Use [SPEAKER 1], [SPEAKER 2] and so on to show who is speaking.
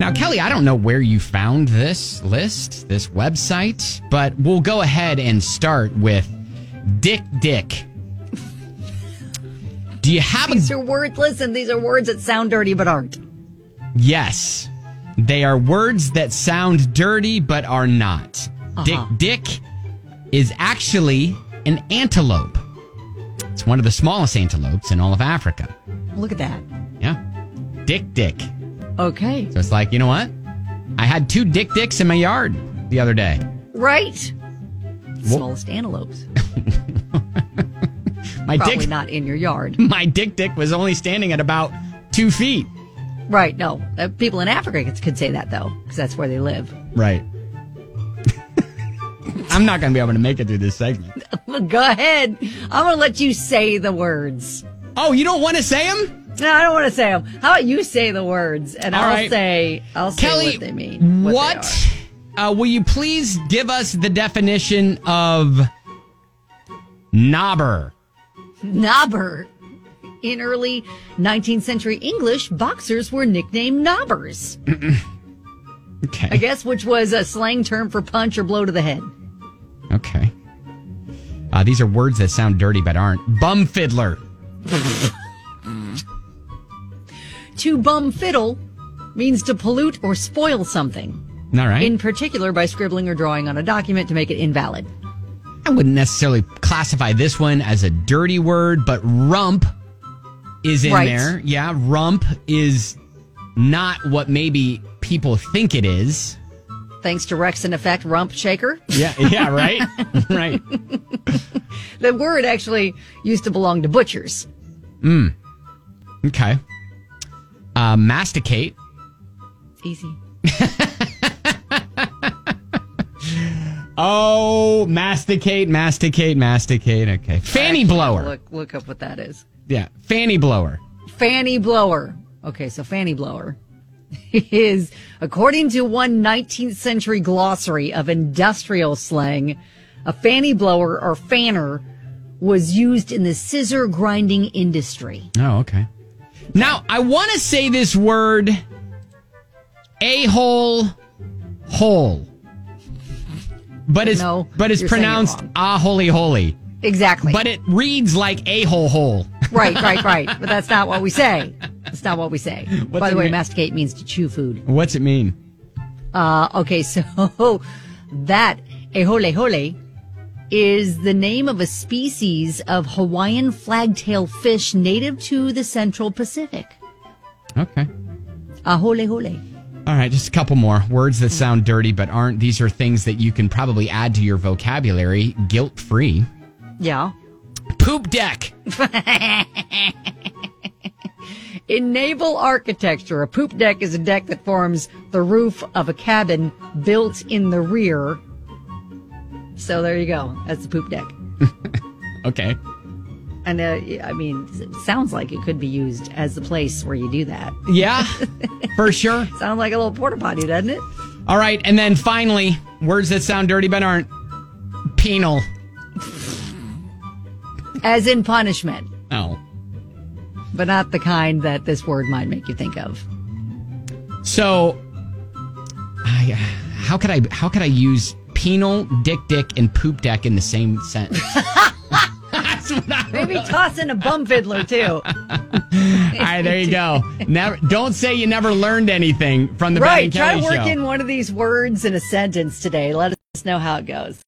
[SPEAKER 1] Now, Kelly, I don't know where you found this list, this website, but we'll go ahead and start with Dick Dick. Do you have a
[SPEAKER 2] These are words. Listen, these are words that sound dirty but aren't.
[SPEAKER 1] Yes. They are words that sound dirty but are not. Dick Dick is actually an antelope. It's one of the smallest antelopes in all of Africa.
[SPEAKER 2] Look at that.
[SPEAKER 1] Yeah. Dick Dick.
[SPEAKER 2] Okay.
[SPEAKER 1] So it's like, you know what? I had two Dick Dicks in my yard the other day.
[SPEAKER 2] Right. Smallest antelopes.
[SPEAKER 1] My
[SPEAKER 2] Probably
[SPEAKER 1] dick
[SPEAKER 2] not in your yard.
[SPEAKER 1] my Dick Dick was only standing at about two feet.
[SPEAKER 2] Right. No. Uh, people in Africa could, could say that though, because that's where they live.
[SPEAKER 1] Right. I'm not gonna be able to make it through this segment.
[SPEAKER 2] Go ahead. I'm gonna let you say the words.
[SPEAKER 1] Oh, you don't want to say them?
[SPEAKER 2] No, I don't want to say them. How about you say the words, and
[SPEAKER 1] All
[SPEAKER 2] I'll
[SPEAKER 1] right.
[SPEAKER 2] say I'll say
[SPEAKER 1] Kelly,
[SPEAKER 2] what they mean. they
[SPEAKER 1] what,
[SPEAKER 2] are.
[SPEAKER 1] uh, will you please give us the definition of knobber?
[SPEAKER 2] knobber? In early 19th century English, boxers were nicknamed knobbers.
[SPEAKER 1] Okay.
[SPEAKER 2] I guess which was a slang term for punch or blow to the head.
[SPEAKER 1] Okay. Uh, these are words that sound dirty but aren't. Bum fiddler.
[SPEAKER 2] To bum fiddle means to pollute or spoil something,
[SPEAKER 1] All right.
[SPEAKER 2] in particular by scribbling or drawing on a document to make it invalid.
[SPEAKER 1] I wouldn't necessarily classify this one as a dirty word, but rump is in
[SPEAKER 2] Right.
[SPEAKER 1] there. Yeah, rump is not what maybe people think it is.
[SPEAKER 2] Thanks to Rex and Effect Rump Shaker.
[SPEAKER 1] Yeah, yeah, right? right.
[SPEAKER 2] The word actually used to belong to butchers.
[SPEAKER 1] Okay. Uh, masticate.
[SPEAKER 2] Easy.
[SPEAKER 1] Oh, masticate, masticate, masticate. Okay. Fanny blower.
[SPEAKER 2] Look, look up what that is.
[SPEAKER 1] Yeah. Fanny blower.
[SPEAKER 2] Fanny blower. Okay, so fanny blower is, according to one 19th century glossary of industrial slang, a fanny blower or fanner was used in the scissor grinding industry.
[SPEAKER 1] Oh, okay. Now, I want to say this word a hole, hole. But it's
[SPEAKER 2] No,
[SPEAKER 1] but it's
[SPEAKER 2] you're saying it
[SPEAKER 1] pronounced
[SPEAKER 2] wrong.
[SPEAKER 1] ah holy holy.
[SPEAKER 2] Exactly.
[SPEAKER 1] But it reads like a hole hole.
[SPEAKER 2] right, right, right. But that's not what we say. That's not what we say. By
[SPEAKER 1] it
[SPEAKER 2] the way,
[SPEAKER 1] mean?
[SPEAKER 2] masticate means to chew food.
[SPEAKER 1] What's it mean?
[SPEAKER 2] Uh, okay, so that ehole hole is the name of a species of Hawaiian flagtail fish native to the Central Pacific.
[SPEAKER 1] Okay.
[SPEAKER 2] Ahole hole.
[SPEAKER 1] All right, just a couple more words that sound dirty but aren't. These are things that you can probably add to your vocabulary guilt free.
[SPEAKER 2] Yeah.
[SPEAKER 1] Poop deck.
[SPEAKER 2] In naval architecture, a poop deck is a deck that forms the roof of a cabin built in the rear. So there you go. That's the poop deck.
[SPEAKER 1] Okay.
[SPEAKER 2] And uh, I mean, it sounds like it could be used as the place where you do that.
[SPEAKER 1] Yeah, for sure.
[SPEAKER 2] Sounds like a little porta potty, doesn't it?
[SPEAKER 1] All right, and then finally, words that sound dirty but aren't penal.
[SPEAKER 2] As in punishment,
[SPEAKER 1] Oh.
[SPEAKER 2] but not the kind that this word might make you think of.
[SPEAKER 1] So I uh, how could I how could I use penal, dick dick and poop deck in the same sentence? That's what I
[SPEAKER 2] Maybe toss in a bum fiddler too.
[SPEAKER 1] All right, there you go. Never don't say you never learned anything from the Brad
[SPEAKER 2] right. Try
[SPEAKER 1] and Kelly show.
[SPEAKER 2] working one of these words in a sentence today. Let us know how it goes.